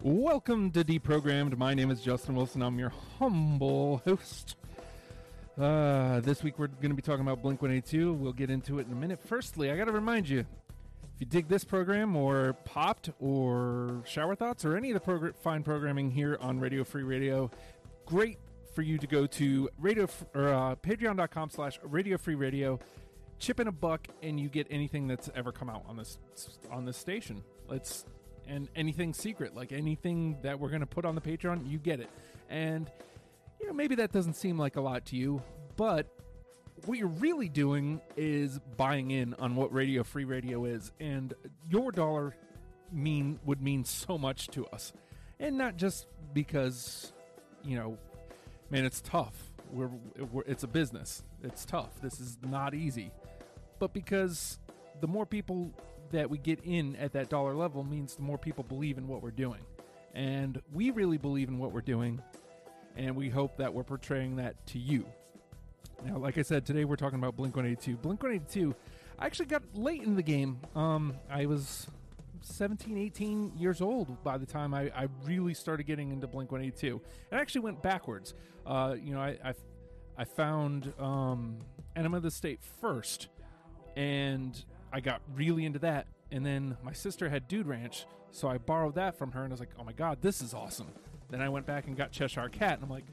Welcome to Deprogrammed. My name is Justin Wilson. I'm your humble host. Uh, this week we're going to be talking about Blink 182. We'll get into it in a minute. Firstly, I got to remind you if you dig this program or Popped or Shower Thoughts or any of the progr- fine programming here on Radio Free Radio, great for you to go to radio f- or uh, patreon.com slash radio free radio chip in a buck and you get anything that's ever come out on this on this station it's and anything secret like anything that we're going to put on the patreon you get it and you know maybe that doesn't seem like a lot to you but what you're really doing is buying in on what radio free radio is and your dollar mean would mean so much to us and not just because you know man it's tough we're, we're it's a business it's tough this is not easy but because the more people that we get in at that dollar level means the more people believe in what we're doing and we really believe in what we're doing and we hope that we're portraying that to you now, like I said, today we're talking about Blink 182. Blink 182, I actually got late in the game. Um, I was 17, 18 years old by the time I, I really started getting into Blink 182. And I actually went backwards. Uh, you know, I, I, I found um, Enema of the State first, and I got really into that. And then my sister had Dude Ranch, so I borrowed that from her, and I was like, oh my god, this is awesome. Then I went back and got Cheshire Cat, and I'm like,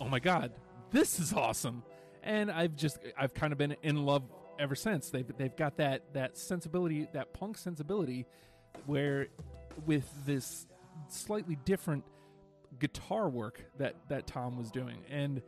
oh my god, this is awesome. And I've just I've kind of been in love ever since. They've they've got that that sensibility, that punk sensibility, where with this slightly different guitar work that that Tom was doing and.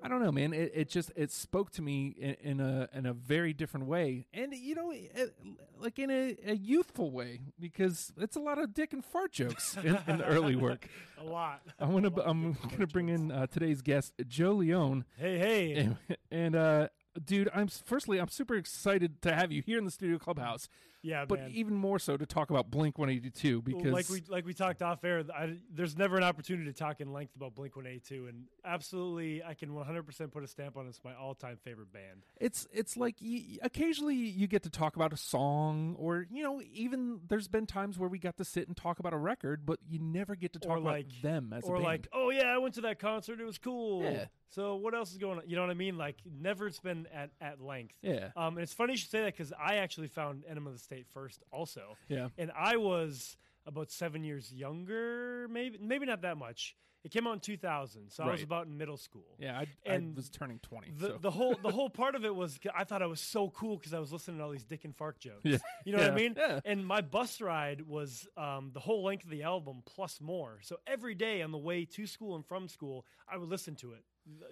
I don't know, man. It, it just it spoke to me in, in a in a very different way, and you know, it, like in a, a youthful way, because it's a lot of dick and fart jokes in, in the early work. A lot. I want to. I'm going to bring in uh, today's guest, Joe Leone, Hey, hey. and, and, uh, dude, I'm s- firstly, I'm super excited to have you here in the studio clubhouse, Yeah, but man. even more so to talk about Blink 182 because like we like we talked off air, I, there's never an opportunity to talk in length about Blink One Eight Two, and absolutely, I can 100 percent put a stamp on it. it's my all time favorite band. it's it's like you, occasionally you get to talk about a song or you know even there's been times where we got to sit and talk about a record, but you never get to talk or like about them as or a band. like, oh yeah, I went to that concert. It was cool. Yeah. So what else is going on? You know what I mean? Like never it's been at at length. Yeah. Um, and it's funny you should say that because I actually found Enema of the State first, also. Yeah. And I was about seven years younger, maybe maybe not that much. It came out in 2000, so I was Right. about in middle school. yeah, I, I and was turning 20. The, so. the whole the whole part of it was I thought I was so cool because I was listening to all these Dick and Fark jokes. Yeah. You know what Yeah. I mean? Yeah. And my bus ride was um, the whole length of the album plus more. So every day on the way to school and from school, I would listen to it.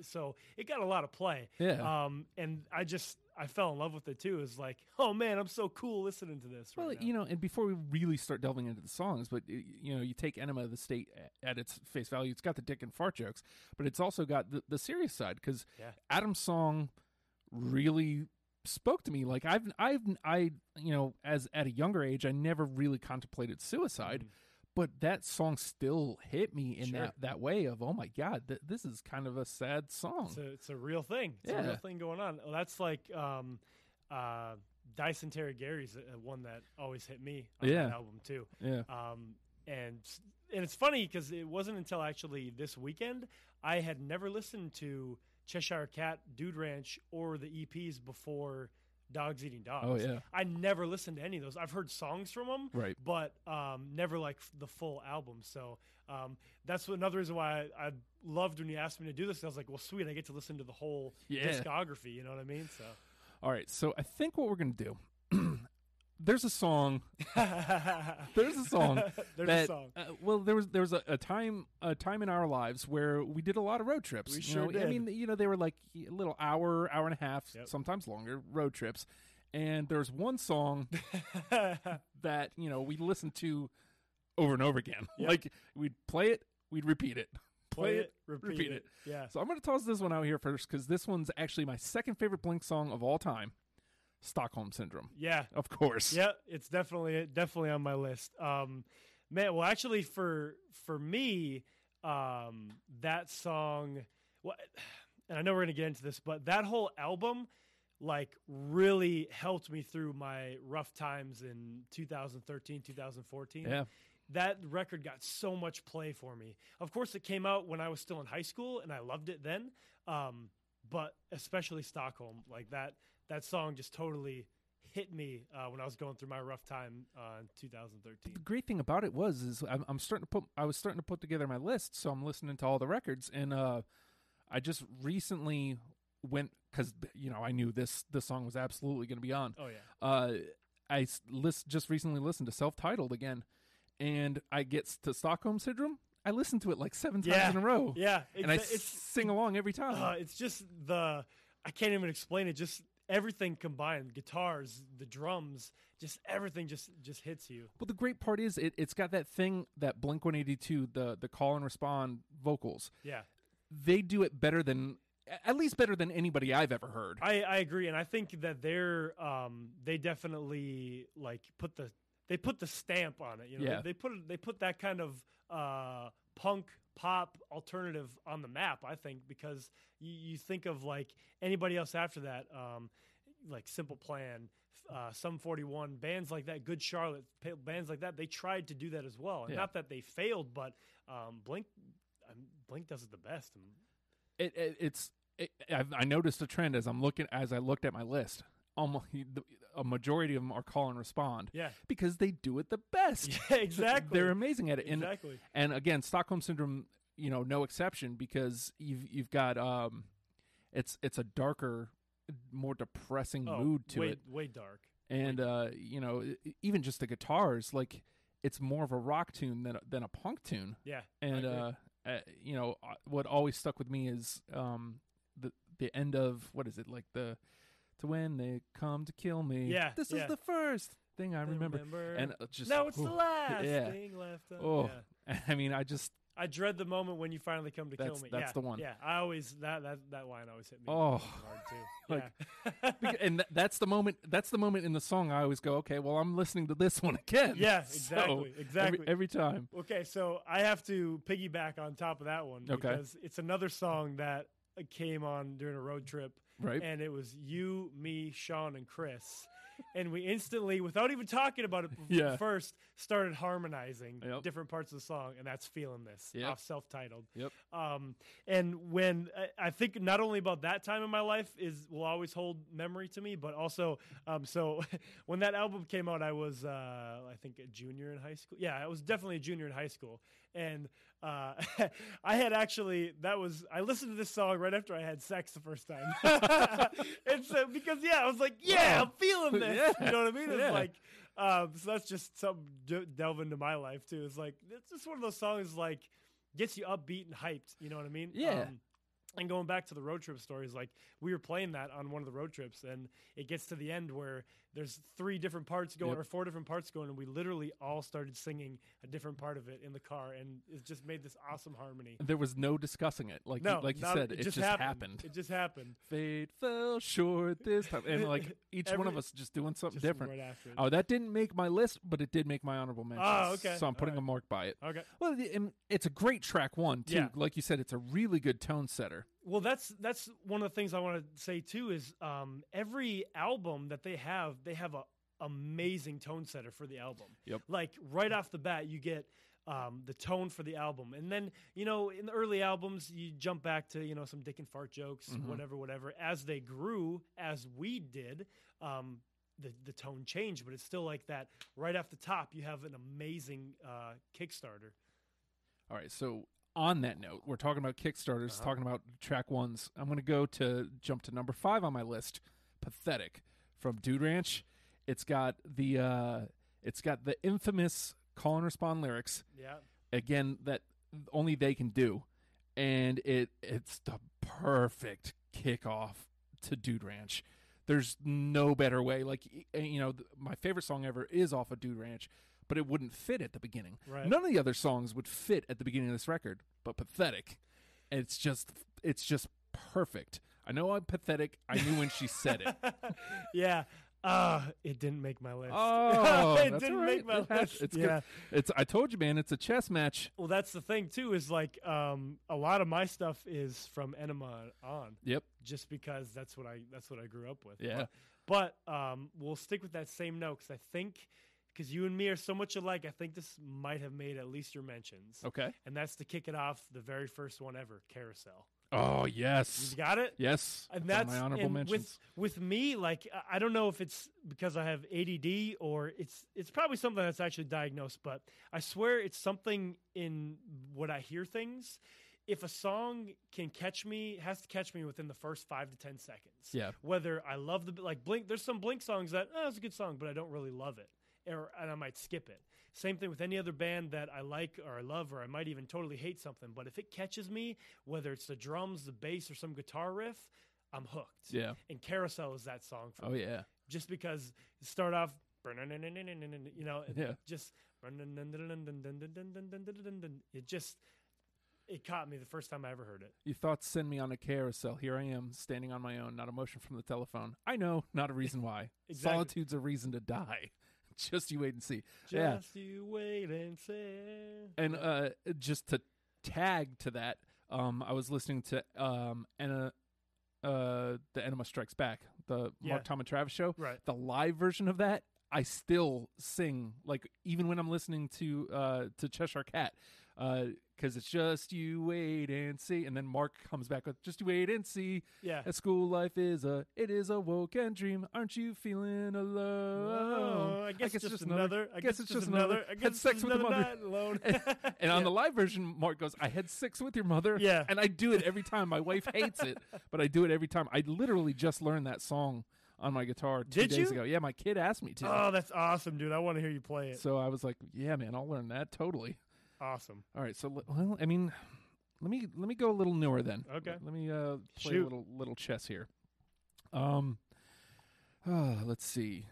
So it got a lot of play. Yeah. Um, and I just I fell in love with it too. It's like, oh man, I'm so cool listening to this. Well, right now. you know, and before we really start delving into the songs, but y- you know, you take Enema of the State a- at its face value. It's got the dick and fart jokes, but it's also got the, the serious side because Yeah. Adam's song really spoke to me. Like I've, I've, I, you know, as at a younger age, I never really contemplated suicide, Mm-hmm. but that song still hit me in that, that way of, oh my god, th- this is kind of a sad song. It's a, it's a real thing. It's a Yeah. real thing going on. Well, that's like um, uh, Dyson Terry Gary's uh, one that always hit me on Yeah. that album too. yeah, Um, and and it's funny because it wasn't until actually this weekend I had never listened to Cheshire Cat, Dude Ranch, or the EPs before Dogs Eating Dogs. Oh, yeah. I never listened to any of those. I've heard songs from them, Right. But um, never like f- the full album. So um, that's another reason why I, I loved when you asked me to do this. I was like, well, sweet, I get to listen to the whole Yeah. discography. You know what I mean? So All right, so I think what we're gonna do. There's a song. There's a song. a that, song. uh, well, there was there was a, a time a time in our lives where we did a lot of road trips. We sure I did. mean, you know, they were like a little hour, hour and a half, Yep. sometimes longer road trips. And there's one song that you know we listened to over and over again. Like we'd play it, we'd repeat it, play, Play it, it, repeat repeat it. Yeah. So I'm gonna toss this one out here first because this one's actually my second favorite Blink song of all time. Stockholm Syndrome. yeah, Of course. Yeah, it's definitely definitely on my list. Um, man, well, actually, for for me, um, that song. Well, and I know we're gonna get into this, but that whole album, like, really helped me through my rough times in 2013, 2014. Yeah. that record got so much play for me. Of course, it came out when I was still in high school, and I loved it then. Um, but especially Stockholm, like that that song just totally hit me uh, when I was going through my rough time uh, in 2013. The great thing about it was is I'm, I'm starting to put I was starting to put together my list, so I'm listening to all the records, and uh, I just recently went because you know I knew this this song was absolutely going to be on. Oh yeah, Uh, I s- list just recently listened to self titled again, and I get to Stockholm Syndrome. I listened to it like seven times Yeah. in a row, yeah. and I exa- sing along every time. uh, it's just the I can't even explain it. Just everything combined, guitars, the drums, just everything just just hits you. Well, the great part is it, it's got that thing that Blink 182, the, the call and respond vocals, Yeah, they do it better than, at least better than anybody I've ever heard. I I agree, and I think that they're um they definitely like put the they put the stamp on it. You know, Yeah. they, they put they put that kind of uh punk pop alternative on the map. I think because you, you think of like anybody else after that. Um, like Simple Plan, uh, Sum 41, bands like that, Good Charlotte, pa- bands like that, they tried to do that as well. And Yeah. not that they failed, but um, Blink, um, Blink does it the best. And It, it, it's, it, I've, I noticed a trend as I'm looking, as I looked at my list. Almost the, a majority of them are call and respond yeah, because they do it the best. yeah, exactly. They're amazing at it. And, exactly. and again, Stockholm syndrome, you know, no exception because you've, you've got, um, it's, it's a darker, more depressing Oh, mood to way, it. way dark. and uh, you know, e- even just the guitars, like it's more of a rock tune than a, than a punk tune. Yeah, And agree. uh, uh, you know, uh, what always stuck with me is um, the the end of what is it like the to when they come to kill me. Yeah, this yeah. is the first thing I remember. And uh, just no, it's the ooh. last yeah. thing left. on- Oh. yeah. I mean, I just I dread the moment when you finally come to kill That's- me. that's yeah, the one. Yeah, I always that that that line always hit me. Oh. hard too. Like, yeah. beca- and th- that's the moment. That's the moment in the song I always go, okay, well, I'm listening to this one again. yeah, So, exactly, exactly. Every, every time. Okay, so I have to piggyback on top of that one Okay. because it's another song that came on during a road trip, Right. and it was you, me, Sean, and Chris, and we instantly, without even talking about it bef- Yeah. first, started harmonizing Yep. different parts of the song, and that's "Feeling This" Yep. off self-titled. Yep. Um, and when I, I think not only about that time in my life is will always hold memory to me, but also, um, so when that album came out, I was uh, I think a junior in high school. Yeah, I was definitely a junior in high school, and uh, I had actually that was I listened to this song right after I had sex the first time, and so because yeah, I was like, yeah, Wow. I'm feeling this. Yeah. You know what I mean? It's Yeah. like. Um, so that's just some d- delve into my life too. It's like it's just one of those songs like gets you upbeat and hyped. You know what I mean? Um, Yeah. and going back to the road trip stories, like we were playing that on one of the road trips, and it gets to the end where there's three different parts going Yep. or four different parts going, and we literally all started singing a different part of it in the car, and it just made this awesome harmony. There was no discussing it. Like No, you, like you not- said, it, just happened. It just happened. Fate fell short this time, and like each one of Every- us just doing something Just different. right after. it. Oh, that didn't make my list, but it did make my honorable mention. Ah, okay. So I'm putting All a mark by it. Okay. Well, the- and it's a great track one too. Yeah. Like you said, it's a really good tone setter. Well, that's that's one of the things I want to say too is um, every album that they have, they have a amazing tone setter for the album. Yep. Like right off the bat, you get um, the tone for the album, and then you know in the early albums, you jump back to you know some dick and fart jokes, Mhm. whatever, whatever. As they grew, as we did. Um, the, the tone changed, but it's still like that. Right off the top, you have an amazing uh, Kickstarter. All right. So on that note, we're talking about Kickstarters, Uh-huh. talking about track ones. I'm going to go to jump to number five on my list. Pathetic from Dude Ranch. It's got the uh, it's got the infamous call and respond lyrics. Yeah, again that only they can do and it it's the perfect kickoff to dude ranch there's no better way like y- eh, you know th- my favorite song ever is off of dude ranch but it wouldn't fit at the beginning right. none of the other songs would fit at the beginning of this record but pathetic it's just it's just perfect i know i'm pathetic i knew when she said it yeah. Uh, it didn't make my list. Oh, it that's didn't all right. make my It has- list. it's good. yeah. it's i told you man it's a chess match Well, that's the thing too is like um, a lot of my stuff is from Enema on, yep just because that's what I that's what I grew up with. yeah But, but, um, we'll stick with that same note because I think because you and me are so much alike. I think this might have made at least your mentions, Okay. and that's to kick it off the very first one ever, Carousel. Oh You yes, got it. yes. And on that's my honorable and mentions. With, with me, like I- I don't know if it's because I have ADD or it's it's probably something that's actually diagnosed, but I swear it's something in what I hear things. If a song can catch me, has to catch me within the first five to ten seconds. yeah. Whether I love the like Blink, there's some Blink songs that oh, it's a good song, but I don't really love it, or and I might skip it. Same thing with any other band that I like or I love, or I might even totally hate something. But if it catches me, whether it's the drums, the bass, or some guitar riff, I'm hooked. Yeah. And Carousel is that song for Oh me. yeah. Just because start off, you know, it Yeah. just it just it caught me the first time I ever heard it. Your thoughts send me on a carousel. Here I am, standing on my own, not a motion from the telephone. I know, not a reason why. Exactly. Solitude's a reason to die. Just you wait and see. Yeah. Just you wait and see. And uh, just to tag to that, um, I was listening to um, Anna, uh, the Enema Strikes Back, the Yeah. Mark Tom and Travis show. Right. The live version of that, I still sing like even when I'm listening to uh, to Cheshire Cat, because it's just you wait and see. And then Mark comes back with just you wait and see. Yeah. At school life is a it is a woken dream. Aren't you feeling alone? Oh, I guess, it's just, another. I guess, it's just another. I guess Had it's sex just with the another mother. night alone. and and on Yeah. the live version, Mark goes, "I had sex with your mother." Yeah. and I do it every time. My wife hates it, but I do it every time. I literally just learned that song on my guitar two Did days you? ago. Yeah, my kid asked me to. Oh, that's awesome, dude! I want to hear you play it. so I was like, "Yeah, man, I'll learn that totally." awesome. All right, so l- well, I mean, let me let me go a little newer then. Okay. Let, let me uh, play a Shoot. little little chess here. Um, ah, let's see,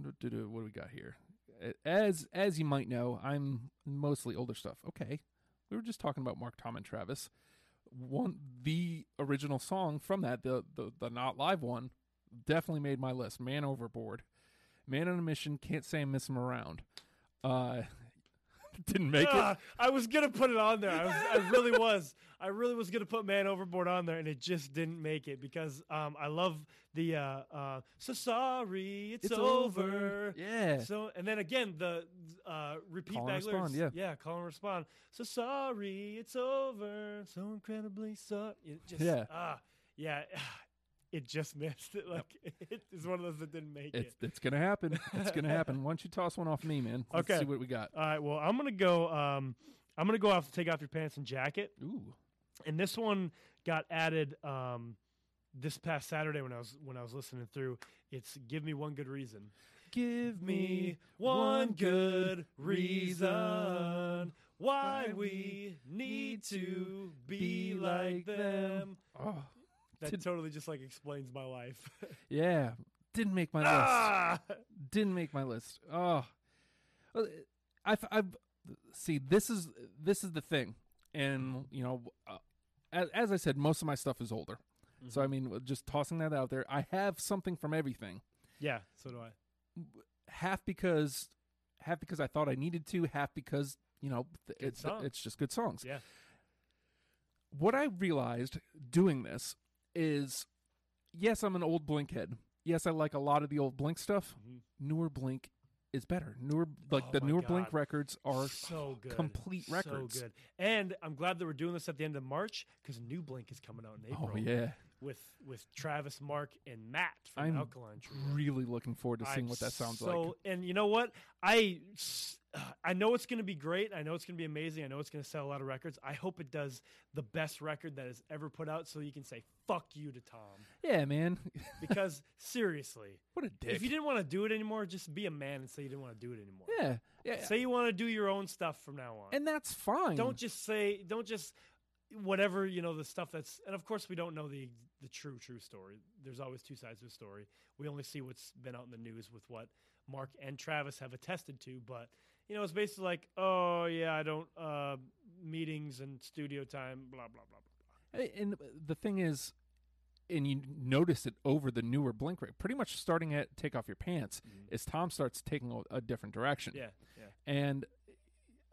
what do we got here? A- As as you might know, I'm mostly older stuff. Okay, we were just talking about Mark, Tom, and Travis. One the original song from that the the, the not live one definitely made my list. Man overboard, man on a mission. Can't say I miss him around. Uh, didn't make it. Ah, I was gonna put it on there. I, was, I really was. I really was gonna put "Man Overboard" on there, and it just didn't make it because um, I love the uh, uh, "So sorry, it's, over. Yeah. So and then again the uh, repeat Call and back lyrics. respond, yeah. yeah, call and respond. So sorry, it's over. So incredibly sorry. It just Yeah. ah, yeah. It just missed it. Like it is one of those that didn't make It's it. it's gonna happen. It's gonna happen. Why don't you toss one off me, man? Let's Okay. see what we got. All right. Well, I'm gonna go. Um, I'm gonna go off. Take off your pants and jacket. Ooh. and this one got added um, this past Saturday when I was when I was listening through. It's "Give Me One Good Reason." Give Me one good reason why we need to be like them. Oh, That Did- totally just like explains my life. yeah. Didn't make my list. ah! Didn't make my list. Oh. Well, I've, I've see. This is this is the thing, and you know, uh, as, as I said, most of my stuff is older. Mm-hmm. So I mean, just tossing that out there, I have something from everything. Yeah, so do I. half because half because I thought I needed to, half because you know th- it's songs. it's just good songs. Yeah. What I realized doing this is, yes, I'm an old Blink head. Yes, I like a lot of the old Blink stuff. Mhm. Newer Blink is better. Newer like Oh the my newer God. Blink records are so good. complete records. So good. And I'm glad that we're doing this at the end of March because New Blink is coming out in April. Oh yeah, With with Travis, Mark, and Matt from I'm Alkaline Trio. really looking forward to seeing I'm what that sounds so, like. And you know what? I s- I know it's going to be great. I know it's going to be amazing. I know it's going to sell a lot of records. I hope it does the best record that is ever put out, so you can say "fuck you" to Tom. Yeah, man, Because seriously, what a dick. if you didn't want to do it anymore, just be a man and say you didn't want to do it anymore. yeah, yeah, Say you want to do your own stuff from now on. and that's fine. don't just say. Don't just whatever you know the stuff that's and of course we don't know the the true true story there's always two sides of a story we only see what's been out in the news with what mark and travis have attested to but you know it's basically like oh yeah i don't uh meetings and studio time blah blah blah A- And the thing is, and you notice it over the newer Blink rate, pretty much starting at Take Off Your Pants, is Tom starts taking a, a different direction. yeah yeah And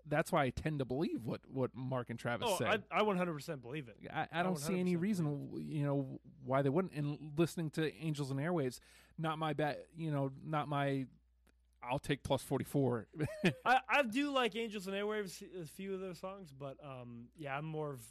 that's why I tend to believe what, what Mark and Travis oh I, said. I 100% believe it I, I don't see any 100% reason, w- you know, why they wouldn't. And listening to Angels and Airwaves, not my bad, you know, not my. I'll take plus 44. I, I do like Angels and Airwaves, a few of those songs, but um, yeah, I'm more of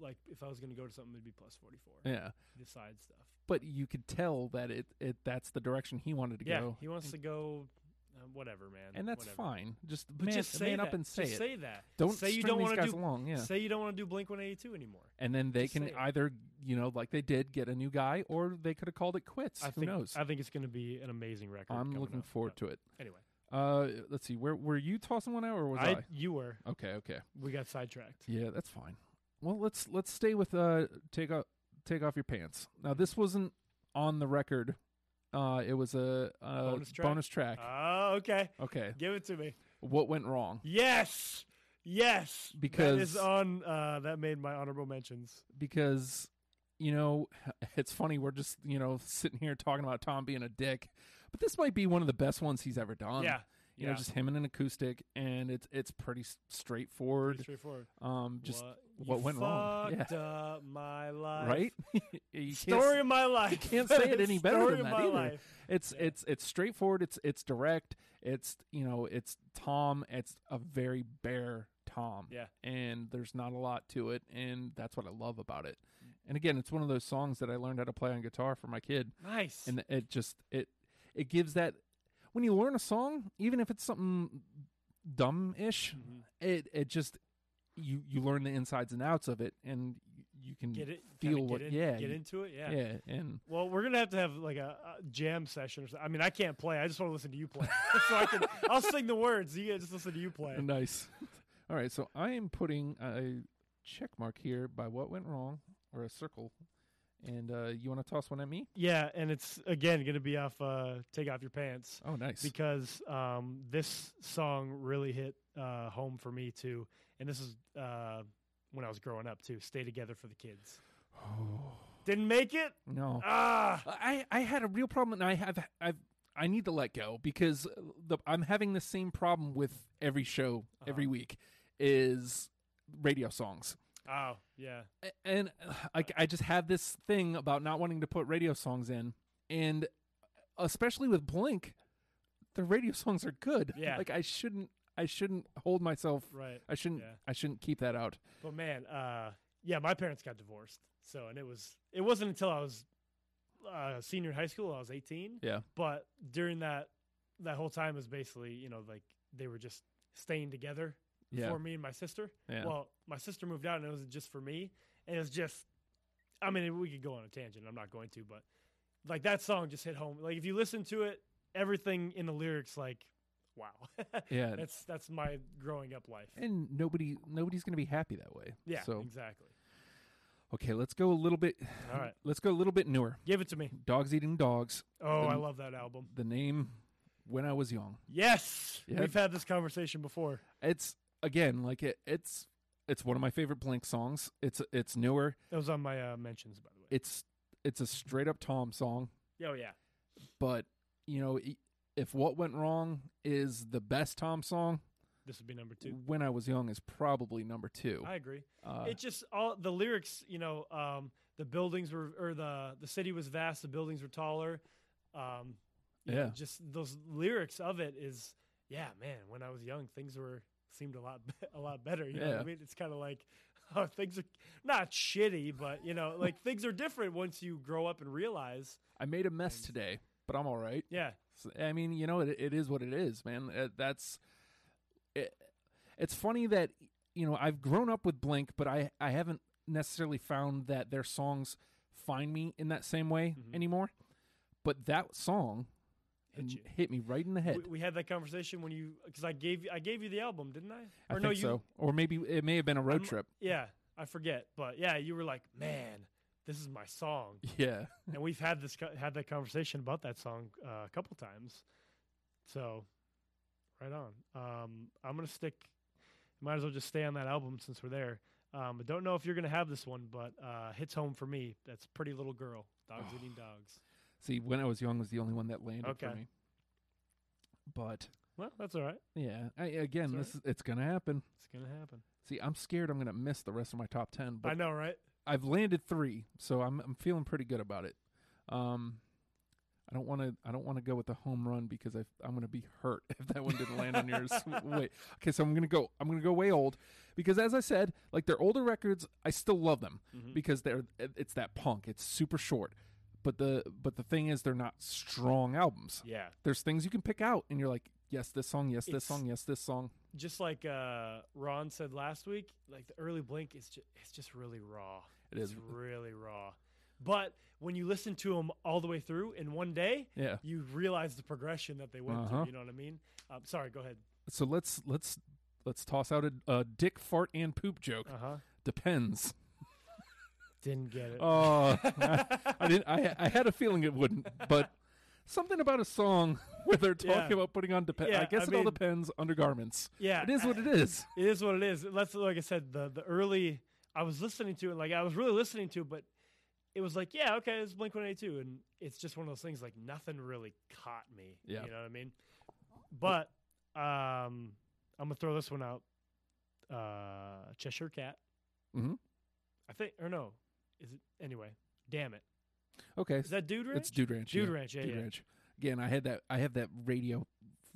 like if I was going to go to something, it'd be plus 44. yeah. The side stuff. But you could tell that it, it that's the direction he wanted to yeah, go. he wants to go, uh, whatever, man. and that's whatever. fine. Just But man, just say man that. up and say just it. Say that. don't say you string don't these wanna guys do- along. Yeah. Say you don't want to do Blink 182 anymore. and then they Just can say it. either you know like they did get a new guy or they could have called it quits I who think, knows I think it's going to be an amazing record. i'm looking forward to it it. Anyway, uh let's see where were you tossing one out or was i, you were. okay okay We got sidetracked. yeah that's fine well let's let's stay with uh take off take off your pants now this wasn't on the record uh it was a, uh Bonus track. track? Oh, okay. okay Give it to me. what went wrong Yes. Yes. that Because- is on uh, that made my honorable mentions. because you know it's funny we're just you know sitting here talking about tom being a dick but this might be one of the best ones he's ever done yeah. you yeah. know just him and an acoustic and it's it's pretty s- straightforward Pretty straightforward. um just what, what you went wrong. fucked up my life. right You can't Story s- of my life. can't say it any better Story than of that my either. life. it's yeah. it's it's straightforward it's it's direct it's you know it's tom it's a very bare tom Yeah. and there's not a lot to it and that's what i love about it Mm. and again it's one of those songs that i learned how to play on guitar for my kid Nice. and it just it it gives that when you learn a song even if it's something dumb-ish Mhm. it it just you you learn the insides and outs of it and y- you can Get it. kinda feel get what in- yeah Get you- into it. yeah. Yeah. and Well, we're gonna have to have like a, a jam session. or something. I mean, I can't play. I just want to listen to you play, so I can. I'll sing the words. You guys just listen to you play. nice all right so i am putting a check mark here by what went wrong or a circle and uh you want to toss one at me Yeah, and it's again gonna be off. Uh, Take off your pants oh nice because um, this song really hit uh, home for me too. And this is uh, when I was growing up too. Stay together for the kids. oh Didn't make it. no Ah. I, I had a real problem, and I have I've I need to let go because the, I'm having the same problem with every show every Uh-huh. week is radio songs, Oh yeah. A- and uh, like I just have this thing about not wanting to put radio songs in, and especially with Blink, the radio songs are good. Yeah. like I shouldn't I shouldn't hold myself. Right. I shouldn't Yeah. I shouldn't keep that out. But man, uh, yeah, my parents got divorced. So, and it was it wasn't until I was uh, senior in high school, I was eighteen. Yeah. But during that that whole time was basically, you know, like they were just staying together Yeah, for me and my sister. yeah. Well, my sister moved out, and it was just for me, and it was just. I mean, we could go on a tangent. I'm not going to, but like that song just hit home. Like if you listen to it, everything in the lyrics, like, wow, yeah. that's that's my growing up life. and nobody nobody's gonna be happy that way. yeah, So exactly. okay, let's go a little bit. All right. Let's go a little bit newer. Give it to me. Dogs Eating Dogs, Oh, I The- love that album. the name when I was young. Yes, Yeah. we've had this conversation before. It's again like it, it's it's one of my favorite Blink songs. It's it's newer. That was on my uh, mentions, by the It's it's a straight up Tom song, way. Oh yeah, but you know i- if what went wrong is the best Tom song, this would be number two. when I was young is probably number two. I agree. uh, it just all the lyrics, you know, um, the buildings were or the the city was vast, the buildings were taller. Um, you know, Yeah. just those lyrics of it is, yeah, man. When I was young, things were seemed a lot be- a lot better. You know what Yeah. I mean? It's kind of like. Oh, things are not shitty, but you know, like things are different once you grow up and realize. I made a mess today, but I'm all right. Yeah, So, I mean, you know, it, it is what it is, man. Uh, That's it, it's funny that you know I've grown up with Blink, but I I haven't necessarily found that their songs find me in that same way Mhm. anymore. But that song Hit n- you. hit me right in the head. We, we had that conversation when you because I gave you- I gave you the album, didn't I? I think so, or maybe it may have been a road I'm- trip. Yeah, I forget, but yeah, you were like, man, this is my song, Yeah, and we've had this co- had that conversation about that song uh, a couple times. So, right on. Um, I'm gonna stick. Might as well just stay on that album since we're there. Um, I don't know if you're gonna have this one, but uh, hits home for me. That's Pretty Little Girl, Dogs Oh. Eating Dogs. see, when I was young was the only one that landed for Okay. me. But Well, that's all right. yeah, I, again, It's this is, it's gonna happen. It's gonna happen. See, I'm scared I'm gonna miss the rest of my top ten. But I know, right? I've landed three, so I'm I'm feeling pretty good about it. Um, I don't want to. I don't want to go with a home run because I, I'm going to be hurt if that one didn't land on yours. Wait. Okay, so I'm going to go. I'm going to go way old because, as I said, like their older records, I still love them Mm. because they're it- it's that punk. It's super short, but the but the thing is, they're not strong albums. Yeah. There's things you can pick out, and you're like, yes, this song, yes, this It's- song, yes, this song. Just like uh, Ron said last week, like the early Blink is just, it's just really raw. It it's is. really raw. But when you listen to them all the way through in one day, Yeah. you realize the progression that they went Uh-huh. through. You know what I mean? Um, sorry, go ahead. So let's let's let's toss out a, a dick fart and poop joke. Uh huh. Depends. Didn't get it. Uh-huh. Oh, I, I didn't. I I had a feeling it wouldn't, but something about a song where they're talking Yeah. about putting on depends. I Yeah, guess I it all mean- depends undergarments. yeah, It is what I- it is. It is what it is. Let's like I said, the the early I was listening to it, like I was really listening to it, but it was like, yeah, okay, it's Blink One Eighty Two, and it's just one of those things like nothing really caught me. Yeah. you know what I mean. But um, I'm gonna throw this one out. Uh, Cheshire Cat. Mhm. I think, or no, is it anyway? Damn it, Okay, is that Dude Ranch? it's Dude Ranch. Dude yeah. Ranch, yeah, Dude yeah. Ranch. Again, I had that. I have that radio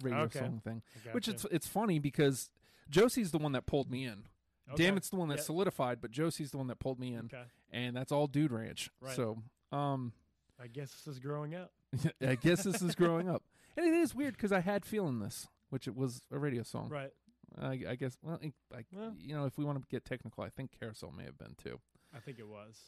radio Okay. song thing, I which it's gotcha. it's funny because Josie's the one that pulled me in. Damn, Okay, it's the one that Yeah. solidified, but Josie's the one that pulled me in, Okay, and that's all Dude Ranch. Right. So, um, I guess this is growing up. I guess this is growing up, and it is weird because I had feeling this, which it was a radio song. Right. I, I guess. Well, I, I, Well. you know, if we want to get technical, I think Carousel may have been too. I think it was.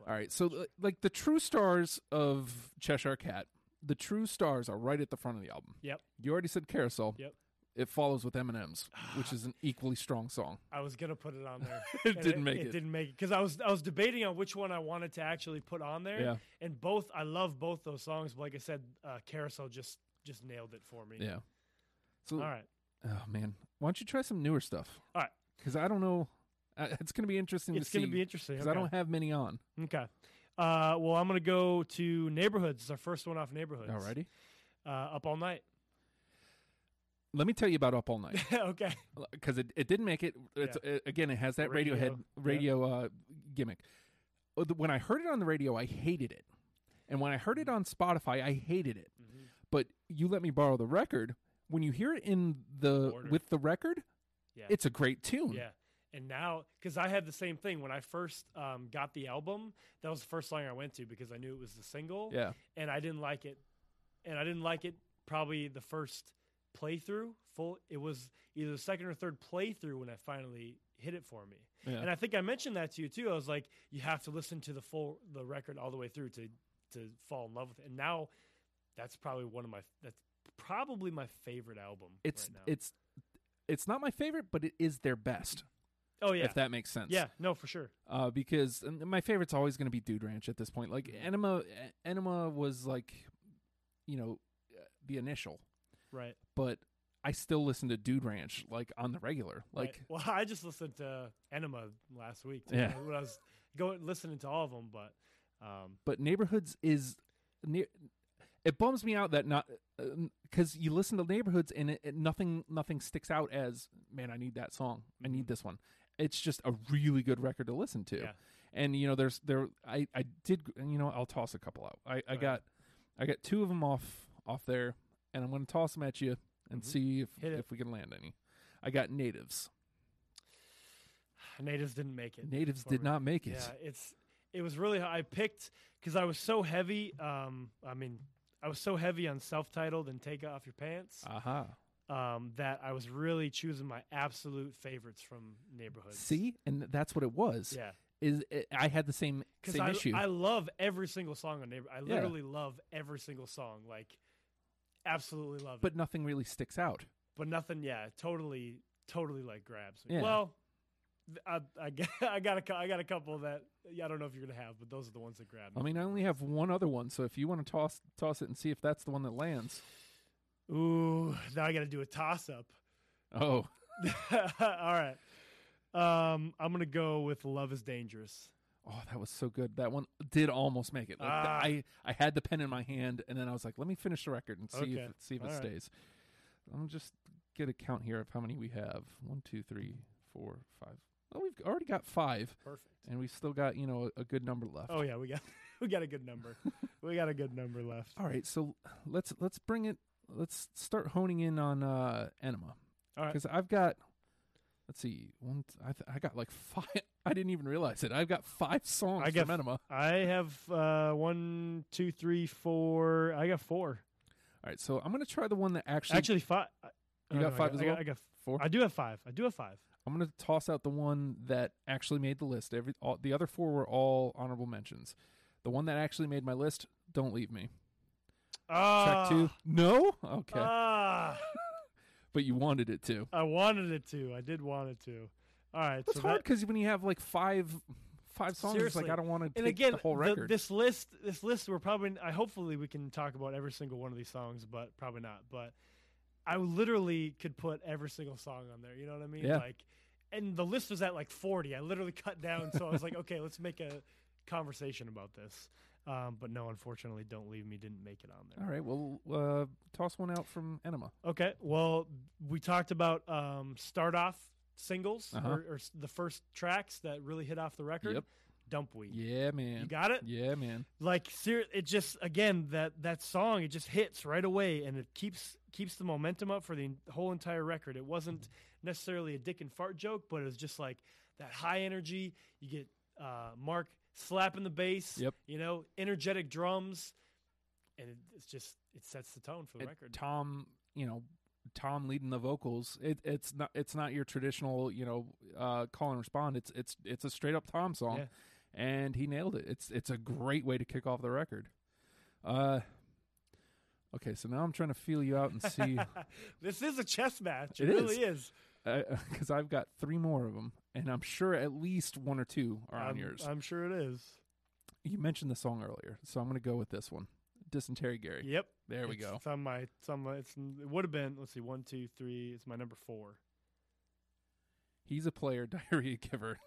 All right, so li- like the true stars of Cheshire Cat, the true stars are right at the front of the album. Yep. You already said Carousel. Yep. It follows with M and M's, which is an equally strong song. I was gonna put it on there. It and didn't make it. Didn't make it because I was I was debating on which one I wanted to actually put on there. Yeah. And both I love both those songs, but like I said, uh, Carousel just just nailed it for me. Yeah. So, All right. oh man, why don't you try some newer stuff? All right. Because I don't know. Uh, it's going to be interesting It's to see. gonna be interesting. because I Okay. don't have many on. okay. Uh, well, I'm gonna go to Neighborhoods. It's our first one off Neighborhoods. Alrighty. Uh, up all night. Let me tell you about Up All Night. okay. because it, it didn't make it. It's, uh, again, it has that Radio, Radiohead yeah. radio uh, gimmick. Uh, the- When I heard it on the radio, I hated it, and when I heard it on Spotify, I hated it. But you let me borrow the record. When you hear it in the Order. with the record, Yeah. it's a great tune. Yeah. And now, because I had the same thing when I first um, got the album, that was the first song I went to because I knew it was the single. yeah, and I didn't like it. And I didn't like it probably the first playthrough. Full it was either the second or third playthrough when I finally hit it for me. Yeah. And I think I mentioned that to you too. I was like, you have to listen to the full the record all the way through to to fall in love with it. And now that's probably one of my that's probably my favorite album. it's right now. it's it's not my favorite, but it is their best. oh yeah. If that makes sense. yeah, no, for sure. uh, because and my favorite's always going to be Dude Ranch at this point. Like Enema, E, Enema was like, you know, uh, the initial. Right. but I still listen to Dude Ranch like on the regular. right. Like well, I just listened to Enema last week. Yeah. When I was going listening to all of them, but um, but Neighborhoods is near it bums me out that not because you listen to neighborhoods and it, it, nothing nothing sticks out as man i need that song i need this one it's just a really good record to listen to Mm-hmm. Yeah. and you know there's there i i did and, you know i'll toss a couple out i i ahead. got i got two of them off off there and i'm going to toss them at you and see if Mm-hmm. Hit it. if we can land any i got natives natives didn't make it. natives for did me. not make it Yeah, it's it was really I picked because I was so heavy. Um, I mean, I was so heavy on self-titled and take off your pants aha um, that I was really choosing my absolute favorites from neighborhoods. See, and th- that's what it was. Yeah, Is it, I had the same because same I issue. I love every single song on neighbor. I Yeah. literally love every single song. Like, absolutely love it. but nothing really sticks out. But nothing. Yeah, totally, totally like grabs me. Yeah. Well. th- I, I, got, I got a cou- I got a couple that yeah, I don't know if you're gonna have, but those are the ones that grabbed me. I mean, I only have one other one, so if you want to toss toss it and see if that's the one that lands. Ooh, now I got to do a toss up. Oh, All right. Um, I'm going to go with Love is Dangerous. oh, that was so good. That one did almost make it. Like, th- Ah. I I had the pen in my hand, and then I was like, let me finish the record and see Okay. if it, see if it All right. stays. I'm just get a count here of how many we have. One, two, three, four, five. Oh, we've already got five, Perfect. and we've still got you know a, a good number left. Oh, yeah, we got we got a good number. we got a good number left. All right, so let's let's bring it. Let's start honing in on uh Enema. All right. because I've got. Let's see. One, t- I th- I got like five. I didn't even realize it. I've got five songs I got from f- Enema. All I have uh, one, two, three, four. I got four. right, so I'm gonna try the one that actually. Actually, five. You got five I got, as I well? Got, I, got, four. I do have five. I do have five. I'm gonna toss out the one that actually made the list. Every all, the other four were all honorable mentions. The one that actually made my list. Don't leave me. Uh, Track two. No. Okay, Ah, but you wanted it to. I wanted it to. I did want it to. All right. That's hard 'cause so that- hard because when you have like five five songs, it's like Seriously. I don't want to and take again, the whole record. this list, this list, we're probably. I hopefully we can talk about every single one of these songs, but probably not. But I literally could put every single song on there. You know what I mean? Yeah. Like, and the list was at like forty. I literally cut down, so I was like, okay, let's make a conversation about this. Um, but no, unfortunately, don't leave me. Didn't make it on there. all right, well, uh, toss one out from Enema. Okay. Well, we talked about um, start off singles Uh-huh. or, or s- the first tracks that really hit off the record. Yep. Dump Weed. Yeah, man. You got it? yeah, man. Like ser- it just again that that song it just hits right away and it keeps keeps the momentum up for the en- whole entire record. It wasn't Mm-hmm. necessarily a dick and fart joke, but it was just like that high energy. You get uh, Mark slapping the bass. Yep. You know, energetic drums, and it, it's just it sets the tone for the And record. Tom, you know, Tom leading the vocals. It, it's not it's not your traditional, you know, uh, call and respond. It's it's it's a straight up Tom song, Yeah. and he nailed it. It's it's a great way to kick off the record. Uh, okay, so now I'm trying to feel you out and see this is a chess match. It, It really is. because uh, I've got three more of them, and I'm sure at least one or two are on I'm, yours. I'm sure it is. you mentioned the song earlier, so I'm going to go with this one, Dysentery Gary. Yep. There we It's- go. It's on my. It's on my. It's, it would have been. Let's see. One, two, three. It's my number four. He's a player, diarrhea giver.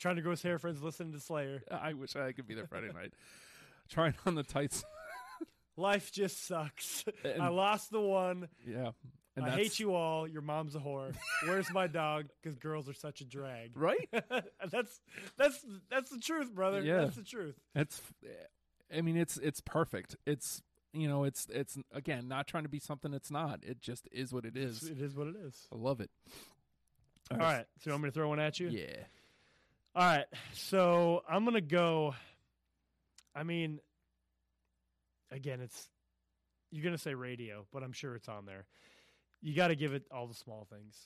Trying to gross hair friends listening to Slayer. I wish I could be there Friday night. Trying on the tights. Life just sucks. And- I lost the one. Yeah. I that's- hate you all. Your mom's a whore. Where's my dog? Because girls are such a drag. Right? that's that's that's the truth, brother. Yeah. That's the truth. It's eh, I mean it's it's perfect. It's you know, it's it's again not trying to be something it's not. It just is what it It's- is. It is what it is. I love it. All right. So you want me to throw one at you? Yeah. All right. So I'm going to go. I mean, again, it's. You're going to say radio, but I'm sure it's on there. You got to give it all the small things.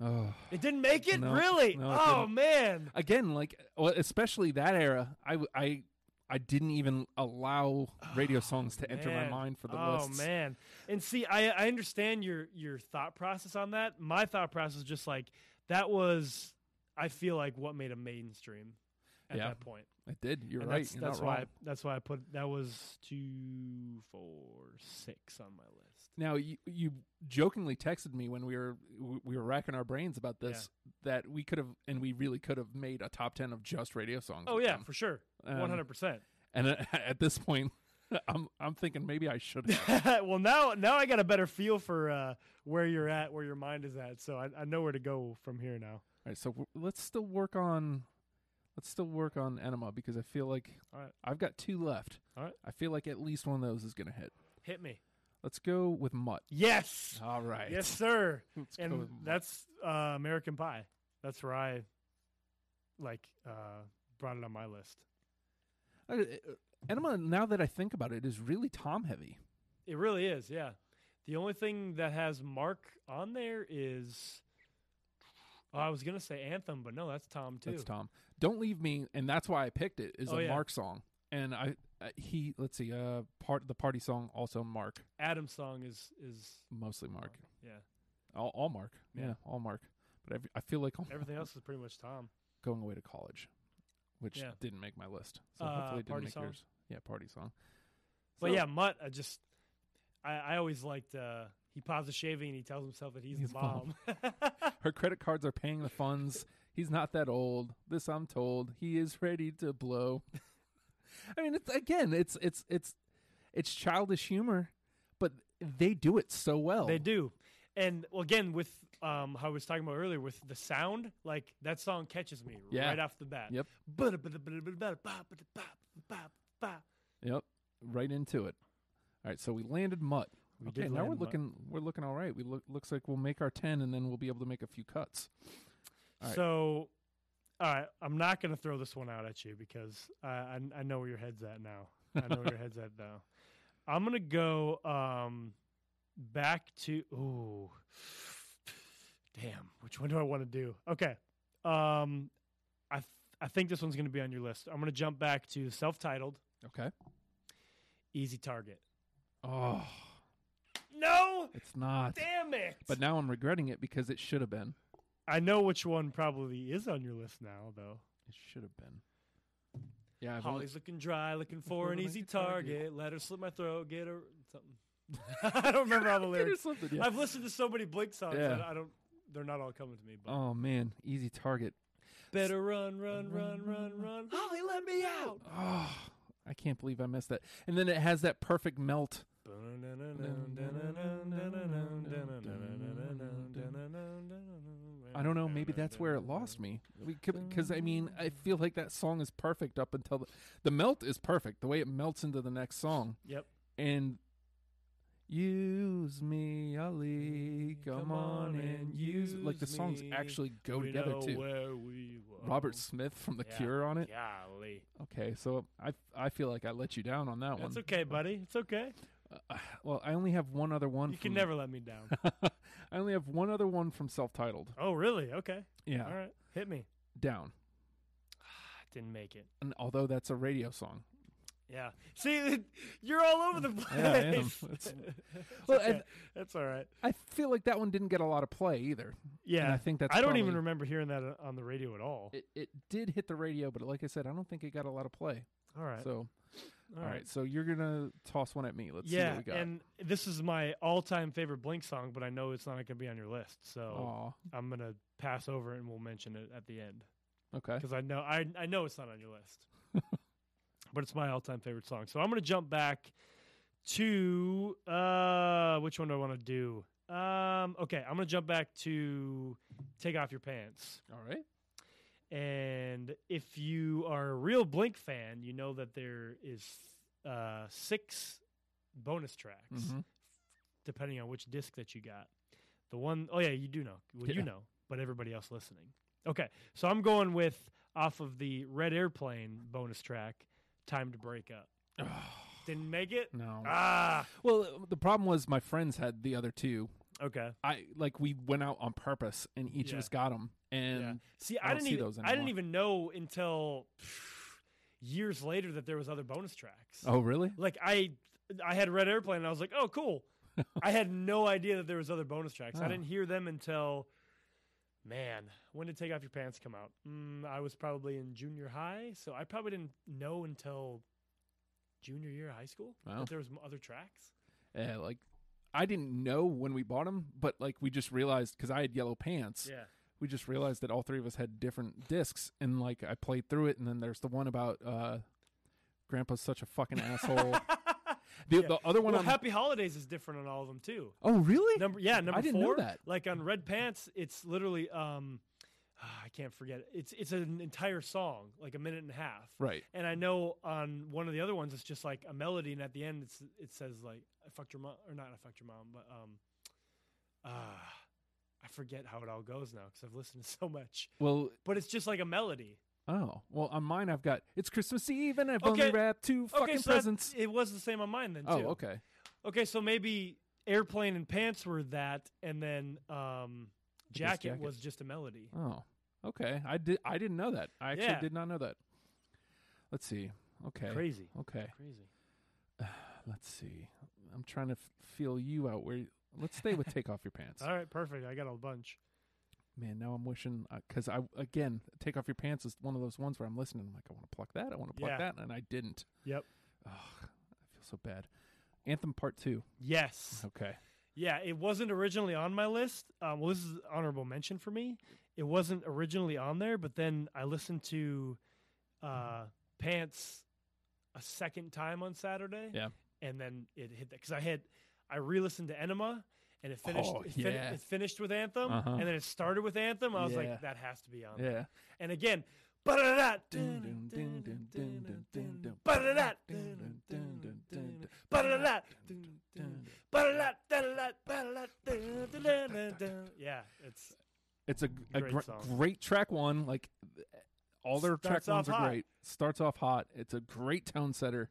Oh. It didn't make it? No, really? no, it oh, didn't. man. Again, like well, especially that era, I w- I I didn't even allow radio songs to enter my Oh, man. mind for the oh, lists. man. And see, I, I understand your, your thought process on that. My thought process is just like, that was, I feel like, what made a mainstream at Yeah. that point. I did. You're And right. That's, You're that's not why. wrong. I, that's why I put that was two, four, six on my list. Now you, you jokingly texted me when we were we were racking our brains about this that we could have and we really could have made a top ten of just radio songs. Oh with yeah, them. for sure, Um, one hundred percent. and uh, at this point, I'm I'm thinking maybe I should have. Well, now now I got a better feel for uh, where you're at, where your mind is at, so I, I know where to go from here now. All right, so w- let's still work on let's still work on Enema because I feel like All right. I've got two left. All right. I feel like at least one of those is gonna hit. Hit me. Let's go with Mutt. Yes, All right. yes, sir. Let's go and with Mutt. that's uh, American Pie. That's where I like uh, brought it on my list. Uh, uh, Enema. Now that I think about it, is really Tom heavy. It really is, yeah. The only thing that has Mark on there is oh, I was gonna say Anthem, but no, that's Tom too. That's Tom. Don't leave me, and that's why I picked it. Is Oh, a yeah. Mark song, and I uh, he let's see, uh, part the party song also Mark, Adam's song is is mostly Mark, yeah. all, all Mark, yeah. Yeah. all Mark. But every, I feel like I'm Everything else is pretty much Tom. going away to college, which Yeah. didn't make my list. So Uh, hopefully it didn't party make song? yours. Yeah, party song. But So, yeah, Mutt, I just I, I always liked uh he paused the shaving and he tells himself that he's, He's the mom. her credit cards are paying the funds. He's not that old. This I'm told. He is ready to blow. I mean, it's again, it's it's it's it's childish humor, but they do it so well. they do. and well, again with um how I was talking about earlier with the sound, like that song catches me Yeah. right off the bat. Yep. Yep, right into it. All right, so we landed Mutt. We okay, did now land we're Mutt. looking we're looking all right. We look looks like we'll make our ten, and then we'll be able to make a few cuts. All right. So, all right, I'm not going to throw this one out at you because I, I, I know where your head's at now. I know where your head's at now. I'm going to go um, back to. Ooh. Damn. Which one do I want to do? Okay. Um, I, th- I think this one's going to be on your list. I'm going to jump back to self titled Okay. Easy Target. Oh, No! it's not. Damn it! But now I'm regretting it because it should have been. I know which one probably is on your list now, though. It should have been. Yeah, I've only, Holly's looking dry, looking for for an an easy easy target. target. Let her slip my throat, get her something. I don't remember all the Or lyrics. something. Yeah. I've listened to so many Blink songs Yeah. that I don't. They're not all coming to me. But Oh man, easy target. better run, run, run, run, run. Holly, let me out. Oh, I can't believe I missed that. And then it has that perfect melt. I don't know. Maybe that's where it lost me. Because I mean, I feel like that song is perfect up until the, the melt is perfect. The way it melts into the next song. Yep. And use me, Ali. Come, on and use. Like the songs me. actually go We together know too. where we were. Robert Smith from The Yeah. Cure on it. Golly. Okay, so I I feel like I let you down on that That's one. okay, buddy. It's okay. Uh, well, I only have one other one. You can from- never let me down. I only have one other one from self-titled. Oh, really? Okay. Yeah, All right. Hit me. down. Didn't make it. And although that's a radio song. Yeah. See, you're all over the place. Yeah, I am. That's- Well, okay. and- that's all right. I feel like that one didn't get a lot of play either. and Yeah. I think that's. I don't even probably- remember hearing that uh, on the radio at all. It, it did hit the radio, but like I said, I don't think it got a lot of play. all right. So all all right. right, so you're gonna toss one at me. Let's see yeah, what we got. and this is my all-time favorite Blink song, but I know it's not going to be on your list, so Aw, I'm going to pass over it and we'll mention it at the end okay. because I know I I know it's not on your list, but it's my all-time favorite song. So I'm going to jump back to uh, which one do I want to do? Um, okay, I'm going to jump back to "Take Off Your Pants." All right. And if you are a real Blink fan, you know that there is uh, six bonus tracks, Mhm. depending on which disc that you got. The one, oh yeah, you do know. Well, Yeah. you know, but everybody else listening. Okay, so I'm going with off of the Red Airplane bonus track, "Time to Break Up." Didn't make it. No. Ah, Well, the problem was my friends had the other two. okay. I like we went out on purpose, and each Yeah. of us got them. And Yeah. See, I I, don't didn't see even those I didn't anymore. even know until years later that there was other bonus tracks. oh, really? like I I had Red Airplane and I was like, oh cool. I had no idea that there was other bonus tracks. Oh. I didn't hear them until man, when did Take Off Your Pants come out? Mm, I was probably in junior high, so I probably didn't know until junior year of high school Wow. that there was m- other tracks. Yeah, like I didn't know when we bought them, but like we just realized because I had yellow pants, Yeah. we just realized that all three of us had different discs, and like I played through it, and then there's the one about uh, Grandpa's such a fucking asshole. The, Yeah. the other one, well, on, Happy Holidays is different on all of them too. oh really? Number yeah, number didn't know four. that. Like on Red Pants, it's literally um I can't forget. it. It's it's an entire song, like a minute and a half. Right. And I know on one of the other ones, it's just like a melody, and at the end, it's it says like "I fucked your mom" or not "I fucked your mom," but um, uh, I forget how it all goes now because I've listened to so much. Well, But it's just like a melody. oh, well on mine I've got it's Christmas Eve and I've Okay. only wrapped two fucking okay, so that- presents. it was the same on mine then. Oh, too. okay. Okay, so maybe airplane and pants were that, and then um, guess jacket, Jacket. was just a melody. Oh, okay. I did. I didn't know that. I actually Yeah. did not know that. Let's see. Okay. Crazy, Okay. crazy. Let's see. I'm trying to f- feel you out. Where? Let's stay with take off your pants. All right, perfect. I got a bunch. Man, now I'm wishing because I again take off your pants is one of those ones where I'm listening. I'm like, I want to pluck that. I want to pluck Yeah. that, and I didn't. Yep. Ugh, I feel so bad. Anthem Part Two. Yes. Okay. Yeah, it wasn't originally on my list. Um, well, this is honorable mention for me. It wasn't originally on there, but then I listened to uh, Pants a second time on Saturday. Yeah. and then it hit that because I had I re-listened to Enema, and it finished Oh, it, fin- yeah. it finished with Anthem, Uh-huh. and then it started with Anthem. I was Yeah. like, that has to be on. there. Yeah. And again, Dun, dun, dun, dun, dun, dun, dun. Dun, dun, dun, dun, dun. yeah, it's It's a, a Great gr- song. great track one. Like th- all their Starts track ones off are hot. great. Starts off hot. It's a great tone setter.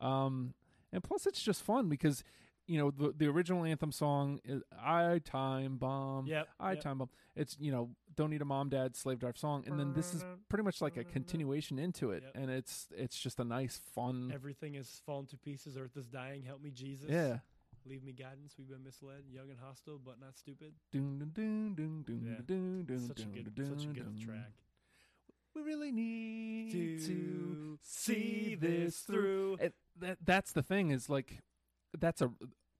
Um, and plus, it's just fun because you know the the original anthem song is "I Time Bomb." Yep, I yep. Time Bomb. It's you know don't need a mom dad slave drive song, and then this is pretty much like a continuation into it, Yep. and it's it's just a nice fun. everything is fallen to pieces. Earth is dying. Help me, Jesus. yeah. Leave me guidance. We've been misled, young and hostile, but not stupid. Dun, dun, dun, dun, dun, Yeah. dun, dun, Such a dun, good, dun, such a good dun. track. We really need to To see this through. It, that that's the thing is like that's a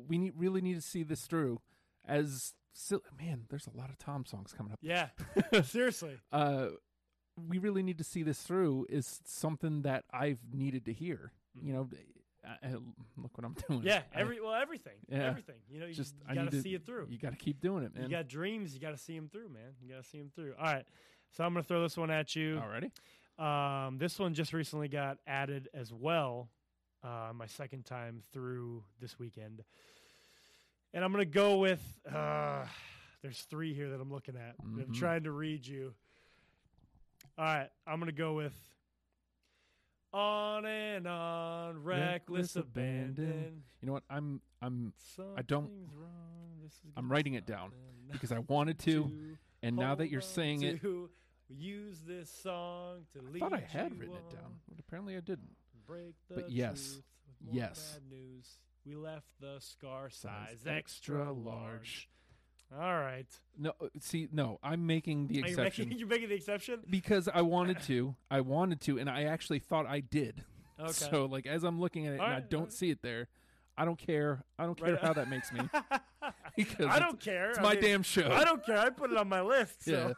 we need really need to see this through as sil- man there's a lot of tom songs coming up Yeah, seriously. uh we really need to see this through is something that i've needed to hear you know I, I- look what i'm doing Mm-hmm. Yeah, I- every well, everything, Yeah. everything. You know, you just just I you gotta need to- see it through. you gotta keep doing it man You got dreams. You got to see them through, man. You got to see them through. All right. So I'm going to throw this one at you. already Um, this one just recently got added as well. Uh, my second time through this weekend. And I'm going to go with uh, there's three here that I'm looking at. and I'm Mhm. trying to read you. All right. I'm going to go with on and on, Reckless reckless, abandon. abandon. you know what i'm i'm Something's I don't- Wrong. This is I'm gonna writing it down happen. because i wanted to to and now that hold you're on saying it to use this song to i lead thought i had you written it on, down but apparently i didn't break the But yes, truth with more yes. bad news. We left the scar Size size, extra extra large. All right. No, uh, see, no, I'm making the Are you making, exception you're making the exception? because I wanted to. I wanted to, and I actually thought I did. Okay. So, like, as I'm looking at it All and I right, don't all right. see it there, I don't care. I don't care Right. how that makes me. Because I it's- don't care. It's I my mean, damn show. I don't care. I put it on my list. So.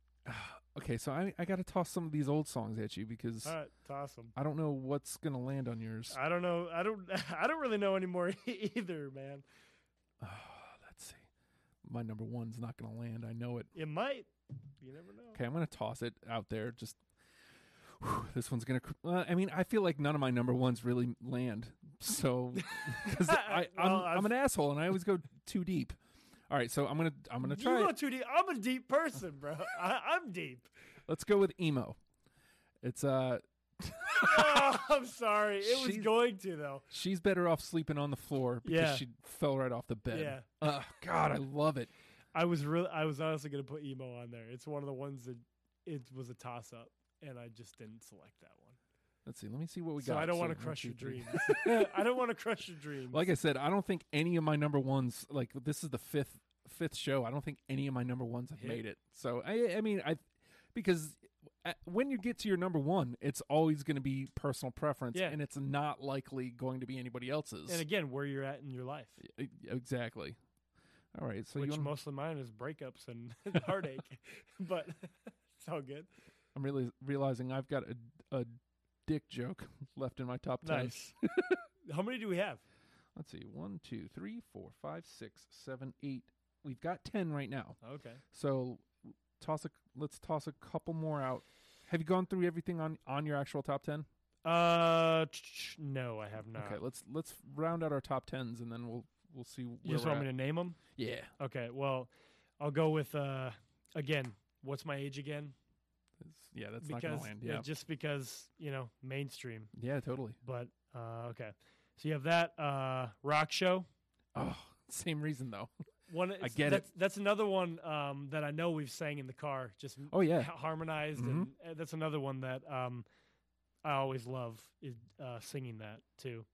okay, so I, I got to toss some of these old songs at you because All right. Ah. Toss them. I don't know what's gonna land on yours. I don't know. I don't. I don't really know anymore either, man. Let's see. My number one's not gonna land. I know it. It might. You never know. Okay, I'm gonna toss it out there. Just whew, this one's gonna. cr- Uh, I mean, I feel like none of my number ones really land. So because I'm, Well, I've- I'm an asshole and I always go too deep. All right, so I'm gonna I'm gonna try. You go it. too deep. I'm a deep person, bro. I, I'm deep. Let's go with emo. It's uh, Oh, I'm sorry. It was She's- going to though. she's better off sleeping on the floor because Yeah. she fell right off the bed. Yeah. Uh, God, I love it. I was really. I was honestly going to put emo on there. It's one of the ones that it was a toss up, and I just didn't select that one. Let's see. Let me see what we so got. I don't want one, to crush two, your three. dreams. I don't want to crush your dreams. Like I said, I don't think any of my number ones. Like this is the fifth fifth show. I don't think any of my number ones have Hit. made it. So I I mean I because uh, when you get to your number one, it's always going to be personal preference, Yeah. and it's not likely going to be anybody else's. and again, where you're at in your life, E- exactly. All right. So you which wanna, mostly mine is breakups and heartache, but it's all good. I'm really realizing I've got a, a dick joke left in my top ten. Nice. How many do we have? Let's see. One, two, three, four, five, six, seven, eight. We've got ten right now. Okay. So toss a let's toss a couple more out. Have you gone through everything on on your actual top 10? Uh, ch- ch- no, I have not. Okay, let's let's round out our top 10s and then we'll we'll see where You just we're want me at. to name them? Yeah. Okay, well, I'll go with uh again. What's my age again? That's- yeah, that's not going because to land. yeah, Yeah. just because you know mainstream. yeah, totally. But uh, okay, so you have that uh, rock show. Oh, same reason though. One, it's- get it. that's, That's another one um, that I know we've sang in the car, just Oh yeah. ha- harmonized, and Mhm. uh, that's another one that um, I always love is uh, singing that too.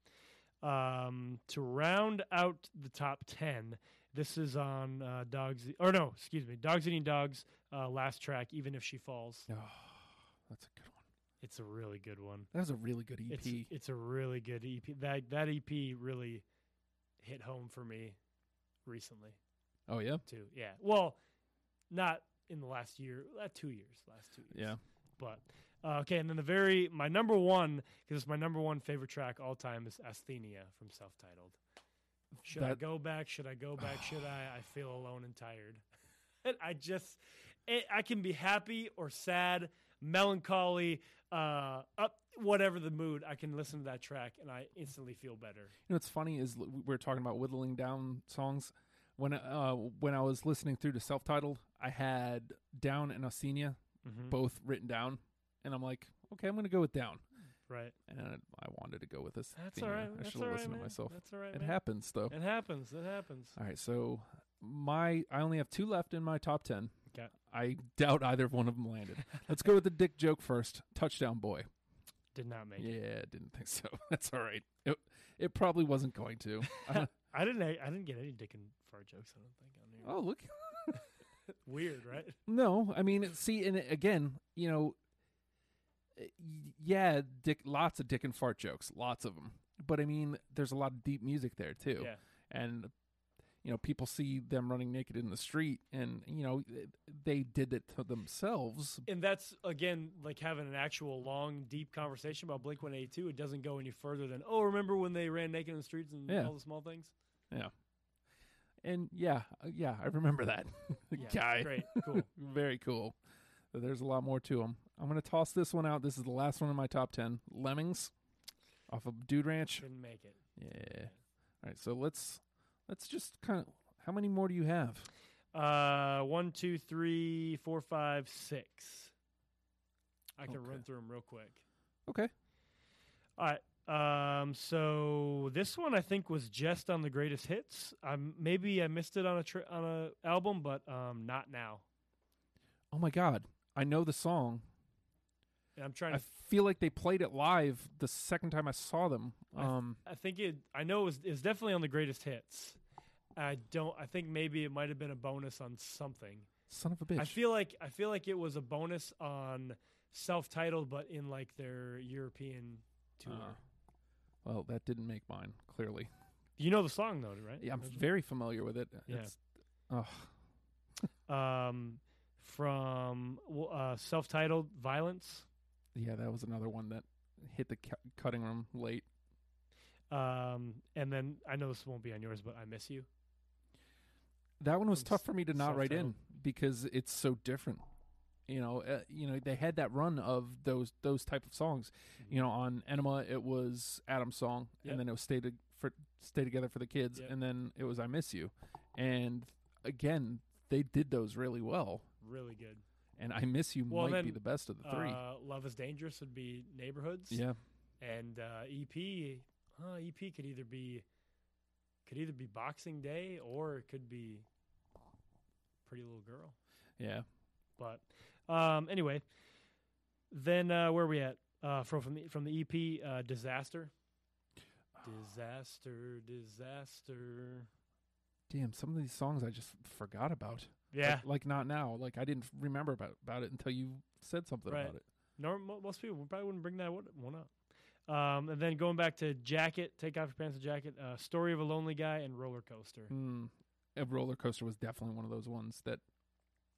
Um, to round out the top ten, this is on uh, dogs or no, excuse me, dogs eating dogs. Uh, last track, even if she falls, Oh, that's a good one. it's a really good one. That was a really good E EP. It's it's a really good EP. That that EP really hit home for me recently oh yeah. too. Yeah. Well, not in the last year, uh, two years, last two years. Yeah. But uh, okay, and then the very my number one because it's my number one favorite track all time is Asthenia from Self Titled. Should I That- go back? Should I go back? Should I? I feel alone and tired. And I just, it, I can be happy or sad, melancholy, uh, up, whatever the mood. I can listen to that track and I instantly feel better. You know what's funny is l- we we're talking about whittling down songs. When uh, when I was listening through to self titled, I had Down and Oceania Mm-hmm. both witten down, and I'm like, okay, I'm gonna go with Down, Right. and I wanted to go with this. That's all right. I That's should all have right, listened man. to myself. That's all right. It man. happens though. It happens. It happens. All right, so my I only have two left in my top ten. Okay. I doubt either one of them landed. Let's go with the dick joke first. Touchdown boy. Did not make it. Yeah, didn't think so. That's all right. It, it probably wasn't going to. Uh, I didn't. I didn't get any dick and fart jokes. I don't think on here. oh, look. Weird, right? No, I mean, see, and again, you know, y- yeah, dick, lots of dick and fart jokes, lots of them. But I mean, there's a lot of deep music there too, Yeah. and you know, people see them running naked in the street, and you know, eh, they did it to themselves. And that's again like having an actual long, deep conversation about Blink One Eighty Two. It doesn't go any further than oh, remember when they ran naked in the streets and Yeah. all the small things. And yeah, uh, yeah, I remember that The Yeah, guy. Great, cool. Very cool. But There's a lot more to him. I'm gonna toss this one out. This is the last one in my top ten. Lemmings, off of Dude Ranch. Didn't make it. Yeah. All right. So let's let's just kind of. How many more do you have? Uh, one, two, three, four, five, six. I can Okay. run through them real quick. Okay. All right. Um, so this one I think was just on the greatest hits. Um, maybe I missed it on a tri- on a album, but um, not now. Oh my God! I know the song. And I'm trying I to. feel like they played it live the second time I saw them. I- Um, I think it. I know it was, it's definitely on the greatest hits. I don't. I think maybe it might have been a bonus on something. son of a bitch. I feel like I feel like it was a bonus on self-titled, but in like their European tour. Uh, well, that didn't make mine. Clearly, you know the song though, right? yeah, I'm Don't you? very familiar with it. Yeah. It's, oh, um, from w- uh, self-titled "Violence." yeah, that was another one that hit the cu- cutting room late. Um, and then I know this won't be on yours, but I miss you. That one was From tough s- for me to not write in self-titled. because it's so different. You know, uh, you know, they had that run of those those type of songs. You know, on Enema it was Adam's song, Mm-hmm. Yep. and then it was Stay to, for Stay Together for the Kids, Yep. and then it was I Miss You. And again, they did those really well. Really good. And I Miss You Well, might be then, the best of the three. Uh, Love is dangerous would be neighborhoods. yeah, And uh, EP, uh, EP could either be could either be Boxing Day or it could be Pretty Little Girl. yeah. But um, anyway, then uh, where are we at? Uh, from from the from the EP, uh, disaster, disaster, disaster. Damn, some of these songs I just forgot about. Yeah, like, like not now. Like I didn't remember about about it until you said something Right. about it. Norm, mo- most people probably wouldn't bring that one one up. Um, and then going back to Jacket, Take Off Your Pants and Jacket, uh, Story of a Lonely Guy, and Roller Coaster. Mm. A roller coaster was definitely one of those ones that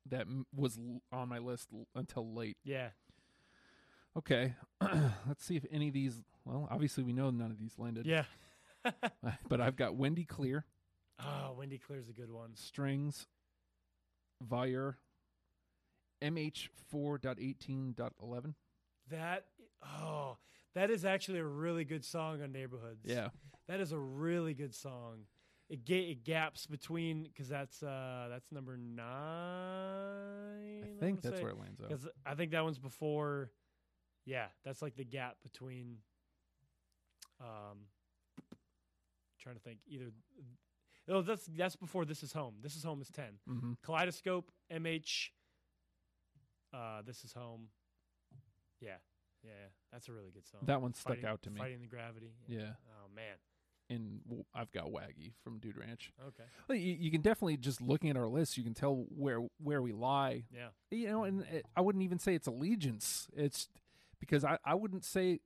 that m- was l- on my list l- until late. Yeah. Okay, let's see if any of these. Well, obviously we know none of these landed. Yeah. but I've got Wendy Clear, oh, Wendy Clear's a good one. Strings, Vire, MH4.18.11. That, oh, that is actually a really good song on Neighborhoods. Yeah, That is a really good song. It, ga- it gaps between, because that's, uh, that's number nine. I I think that's where it lands. Out. Because I think that one's before. Yeah, that's like the gap between. Um, trying to think either. No, that's that's before this is home. This is home is ten. hmm Kaleidoscope, MH. Uh, this is home. Yeah, yeah, that's a really good song. That one stuck Fighting- out to me. Fighting the gravity. Yeah, Oh man. and w- I've got Waggy from Dude Ranch. Okay. Well, you, you can definitely just looking at our list, you can tell where where we lie Yeah. you know, and it, I wouldn't even say it's allegiance. It's because I, I wouldn't say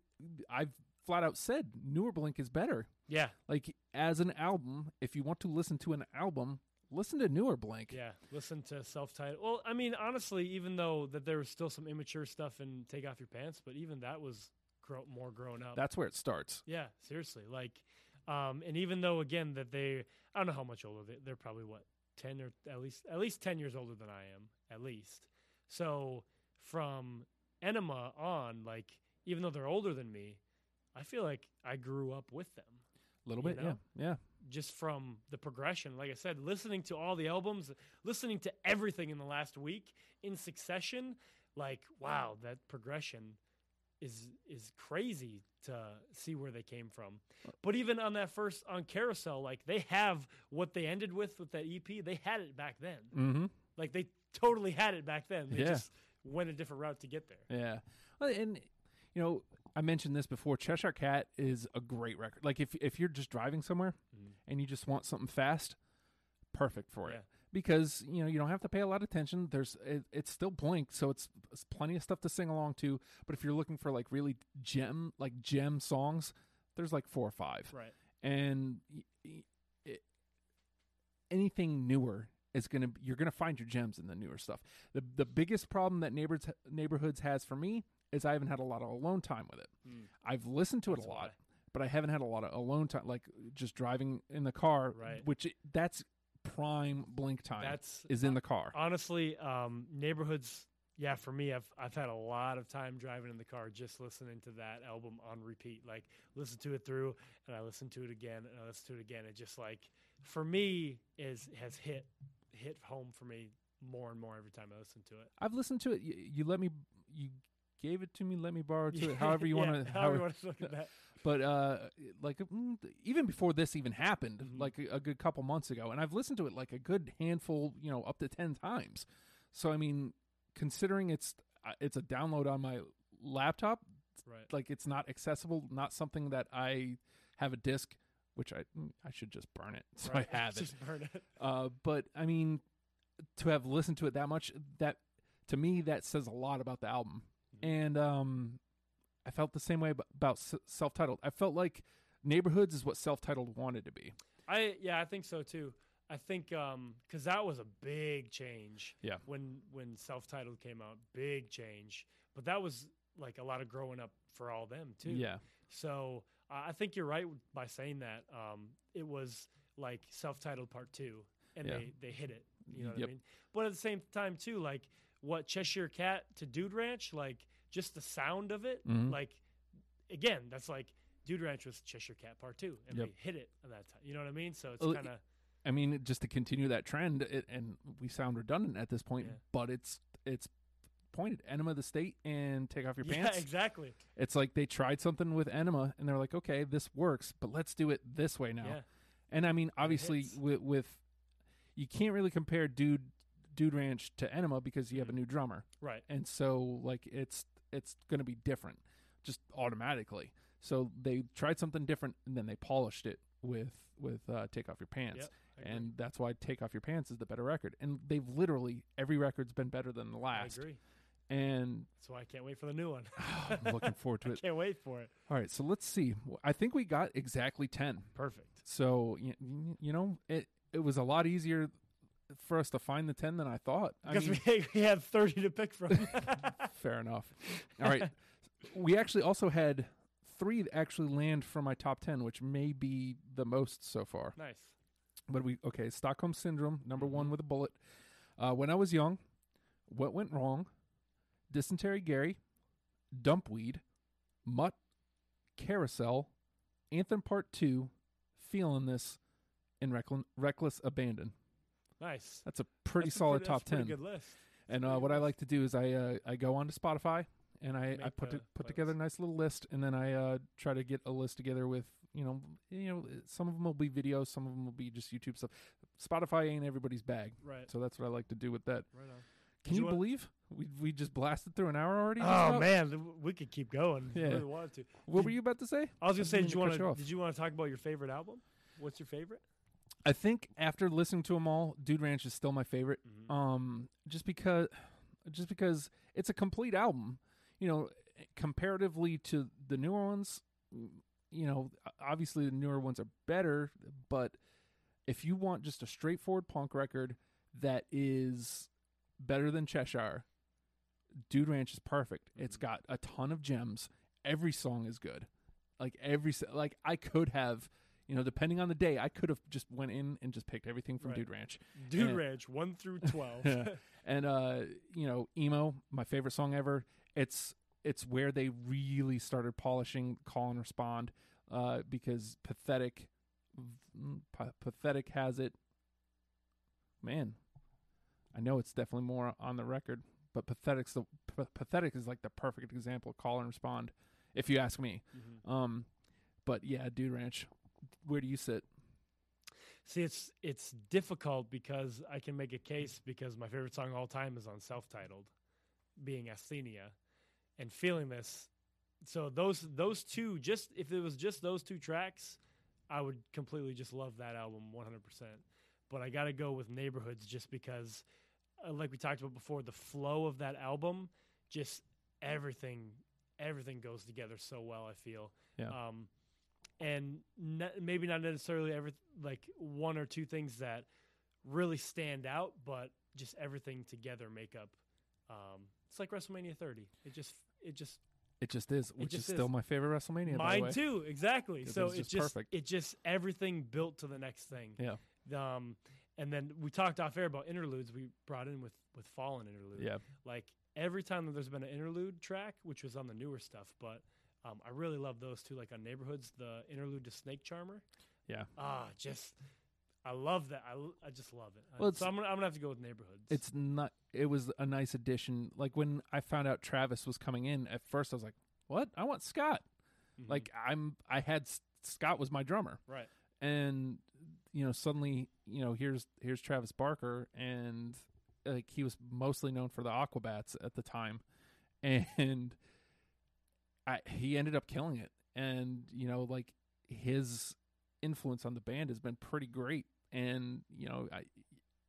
I've flat out said newer Blink is better. Yeah. Like as an album, if you want to listen to an album, listen to newer Blink. Yeah, listen to self-titled. Well, I mean, honestly, even though that there was still some immature stuff in "Take Off Your Pants," but even that was grow- more grown up. That's where it starts. yeah, seriously, like Um, and even though again that they, I don't know how much older they, they're probably what ten or at least at least ten years older than I am at least. So from Enema on, like even though they're older than me, I feel like I grew up with them A little You bit, know? yeah, yeah. just from the progression. Like I said, listening to all the albums, listening to everything in the last week in succession, like wow, that progression is is crazy to see where they came from. But even on that first on Carousel, like they have what they ended with with that EP, they had it back then. Mm-hmm. Like they totally had it back then. They Yeah. just went a different route to get there. Yeah. Well, and you know, I mentioned this before. Cheshire Cat is a great record. Like if if you're just driving somewhere Mhm. and you just want something fast, perfect for Yeah. it. Because you know you don't have to pay a lot of attention. There's it, it's still Blink, so it's, it's plenty of stuff to sing along to. But if you're looking for like really gem like gem songs, there's like four or five Right. and y- y- it, anything newer is gonna you're gonna find your gems in the newer stuff. The the biggest problem that neighbors neighborhoods has for me is I haven't had a lot of alone time with it. Mm. I've listened to That's it a lot, why. but I haven't had a lot of alone time, like just driving in the car, Right. which it, that's prime blink time. That's is in the car. honestly, um, neighborhoods. Yeah, for me, I've I've had a lot of time driving in the car just listening to that album on repeat. Like listen to it through, and I listen to it again, and I listen to it again. It just like for me is has hit hit home for me more and more every time I listen to it. I've listened to it. You, you let me you gave it to me, let me borrow it to it, however you Yeah, want to however you want to look at that. but uh like mm, th- even before this even happened Mhm. like a, a good couple months ago and i've listened to it like a good handful you know up to 10 times so i mean considering it's uh, it's a download on my laptop Right. like it's not accessible not something that i have a disc which i mm, i should just burn it so right. i have it Just burn it. uh but i mean to have listened to it that much that to me that says a lot about the album Mm-hmm. and um i felt the same way ab- about s- self-titled i felt like neighborhoods is what self-titled wanted to be I yeah, I think so too. I think um 'cause that was a big change. Yeah. When when self titled came out, big change. But that was like a lot of growing up for all them too. yeah So I I think you're right by saying that. Um, it was like self titled part two, and Yeah. they they hit it. You know what Yep. I mean? But at the same time too, like what Cheshire Cat to Dude Ranch, like just the sound of it, Mhm. like again, that's like. Dude Ranch was Cheshire Cat Part Two, and Yep. Oh, they hit it at that time. You know what I mean? So it's Well, kind of i mean just to continue that trend it, and we sound redundant at this point Yeah. but it's it's pointed enema of the state and take off your yeah, pants exactly. it's like they tried something with enema and they're like okay this works but let's do it this way now Yeah, And I mean, obviously, hits. with, with you can't really compare dude dude ranch to Enema because you have a Mm-hmm. new drummer, right. and so like it's it's going to be different just automatically. So they tried something different, and then they polished it with with uh, take off your pants, Yep, I agree. and that's why take off your pants is the better record. And they've literally every record's been better than the I last, agree. and That's why I can't wait for the new one. I'm looking forward to it. can't wait for it. All right, so let's see. I think we got exactly ten. Perfect. So you, you know, it it was a lot easier for us to find the ten than I thought. I Because mean, we, we had thirty to pick from. fair enough. All right, we actually also had three that actually land from my top ten, which may be the most so far. nice. But we okay, Stockholm syndrome, number Mm-hmm. one with a bullet. Uh, when I was young, what went wrong? Dysentery, Gary, dumpweed, mutt, carousel, anthem part two, feeling this, and reckless, reckless abandon. Nice. That's a pretty That's a solid pretty- top that's a ten. pretty Good list. and pretty uh, good what I list. like to do is I uh, I go onto Spotify and I, I Make put a to, put together a playlist. nice little list, and then I uh, try to get a list together with you know you know some of them will be videos, some of them will be just YouTube stuff. Spotify ain't everybody's bag, Right. so that's what I like to do with that. Right on. Can you you, wanna- believe we we just blasted through an hour already? just Oh about? man, th- we could keep going. Yeah. If we really wanted to. what did- were you about to say? I was I gonna didn't say, did mean to you cut want you to? off. Did you want to talk about your favorite album? What's your favorite? I think after listening to them all, Dude Ranch is still my favorite. Mhm. um just because just because it's a complete album you know comparatively to the newer ones you know o- obviously the newer ones are better but if you want just a straightforward punk record that is better than cheshire dude ranch is perfect it's Mhm. got a ton of gems every song is good like every s- like i could have You know, depending on the day, I could have just went in and just picked everything from Right. Dude Ranch. Dude And- Ranch one through twelve. and uh, you know, emo, my favorite song ever. It's it's where they really started polishing call and respond uh, because pathetic, mm, Pa- pathetic has it. Man, I know it's definitely more on the record, but pathetic's the p- pathetic is like the perfect example of call and respond, if you ask me. Mhm. Um, but yeah, Dude Ranch, where do you sit? See, it's it's difficult because I can make a case because my favorite song of all time is on self-titled, being Asthenia, and feeling this. So those those two, just if it was just those two tracks, I would completely just love that album 100. percent But I got to go with Neighborhoods just because, uh, like we talked about before, the flow of that album, just everything everything goes together so well. I feel. Yeah. Um, and n- maybe not necessarily every like one or two things that really stand out, but just everything together make up. Um, it's like WrestleMania 30. It just it just It just is, which just is still is. my favorite WrestleMania. by the way. mine too exactly. It So was it just just, perfect. it just everything built to the next thing. Yeah. Um, and then we talked off air about interludes. We brought in with with Fallen interlude. Yeah, Like every time that there's been an interlude track, which was on the newer stuff, but um, I really love those two. Like on Neighborhoods, the interlude to Snake Charmer. Yeah. Ah, just I love that. I, l- I just love it. Uh, Well, it's- so I'm gonna, I'm gonna have to go with Neighborhoods. it's not it was a nice addition like when i found out travis was coming in at first i was like what i want scott Mhm. like i'm i had S- scott was my drummer right. and you know suddenly you know here's here's travis barker and like he was mostly known for the aquabats at the time and I, he ended up killing it and you know like his influence on the band has been pretty great and you know I,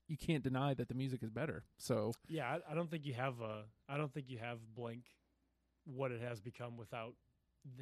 you can't deny that the music is better so Yeah, I, I don't think you have a. I don't think you have Blink, what it has become without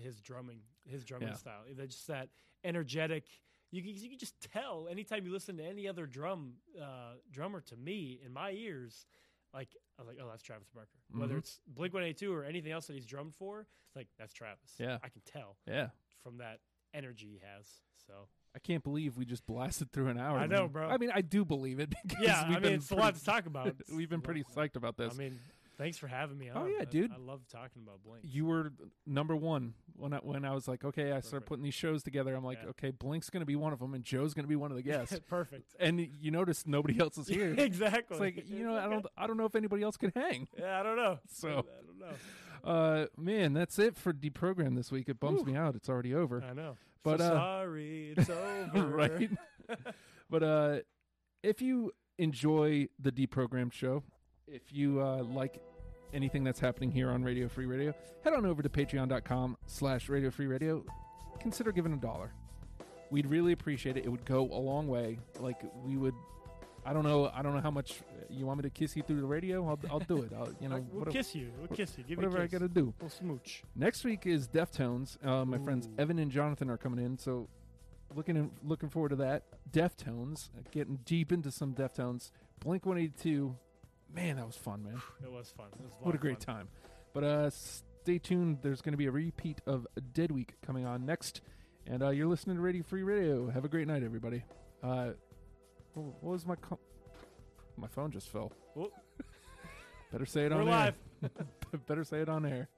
his drumming, his drumming Yeah. style. They're just that energetic. You can, you can just tell anytime you listen to any other drum uh, drummer to me in my ears, like I was like, oh, that's Travis Barker. Whether Mhm. it's Blink One Eight Two or anything else that he's drummed for, it's like that's Travis. Yeah. I can tell yeah from that energy he has. So I can't believe we just blasted through an hour. I know, man. bro. I mean, I do believe it. Because yeah, I we've mean, been it's pretty, a lot to talk about. We've been It's a pretty lot- psyched about this. I mean, thanks for having me on. Oh, yeah, I- dude. I love talking about Blink. you were number one when I, when I was like, okay, I started Perfect. putting these shows together. I'm like, Yeah. okay, Blink's going to be one of them, and Joe's going to be one of the guests. Perfect. and you notice nobody else is here. exactly. It's like you know, It's I don't, okay. I don't know if anybody else could hang. Yeah, I don't know. So- I don't know. Uh, man, that's it for deprogram this week. It bums Whew. me out. It's already over. I know. But, so uh, sorry, it's over. right? but uh, if you enjoy the deprogrammed show, if you uh, like anything that's happening here on Radio Free Radio, head on over to patreon.com slash Radio Free Radio. Consider giving a dollar. We'd really appreciate it. It would go a long way. Like we would, I don't know, I don't know how much you want me to kiss you through the radio. I'll, I'll do it. I'll, you know, Like, we'll whatever, kiss you. We'll kiss you. Give uh, whatever me I a kiss. got to do. We'll smooch. Next week is Deftones. Uh, my friends Ooh. Evan and Jonathan are coming in, so looking in, looking forward to that. Deftones, uh, getting deep into some Deftones. Blink One Eighty Two, man, that was fun, man. It was fun. It was lot What a of great fun. time! But uh, stay tuned. There's going to be a repeat of Dead Week coming on next, and uh, you're listening to Radio Free Radio. Have a great night, everybody. Uh, wh- what was my co- my phone just fell? Whoop. Better say it We're on live. air. Better say it on air.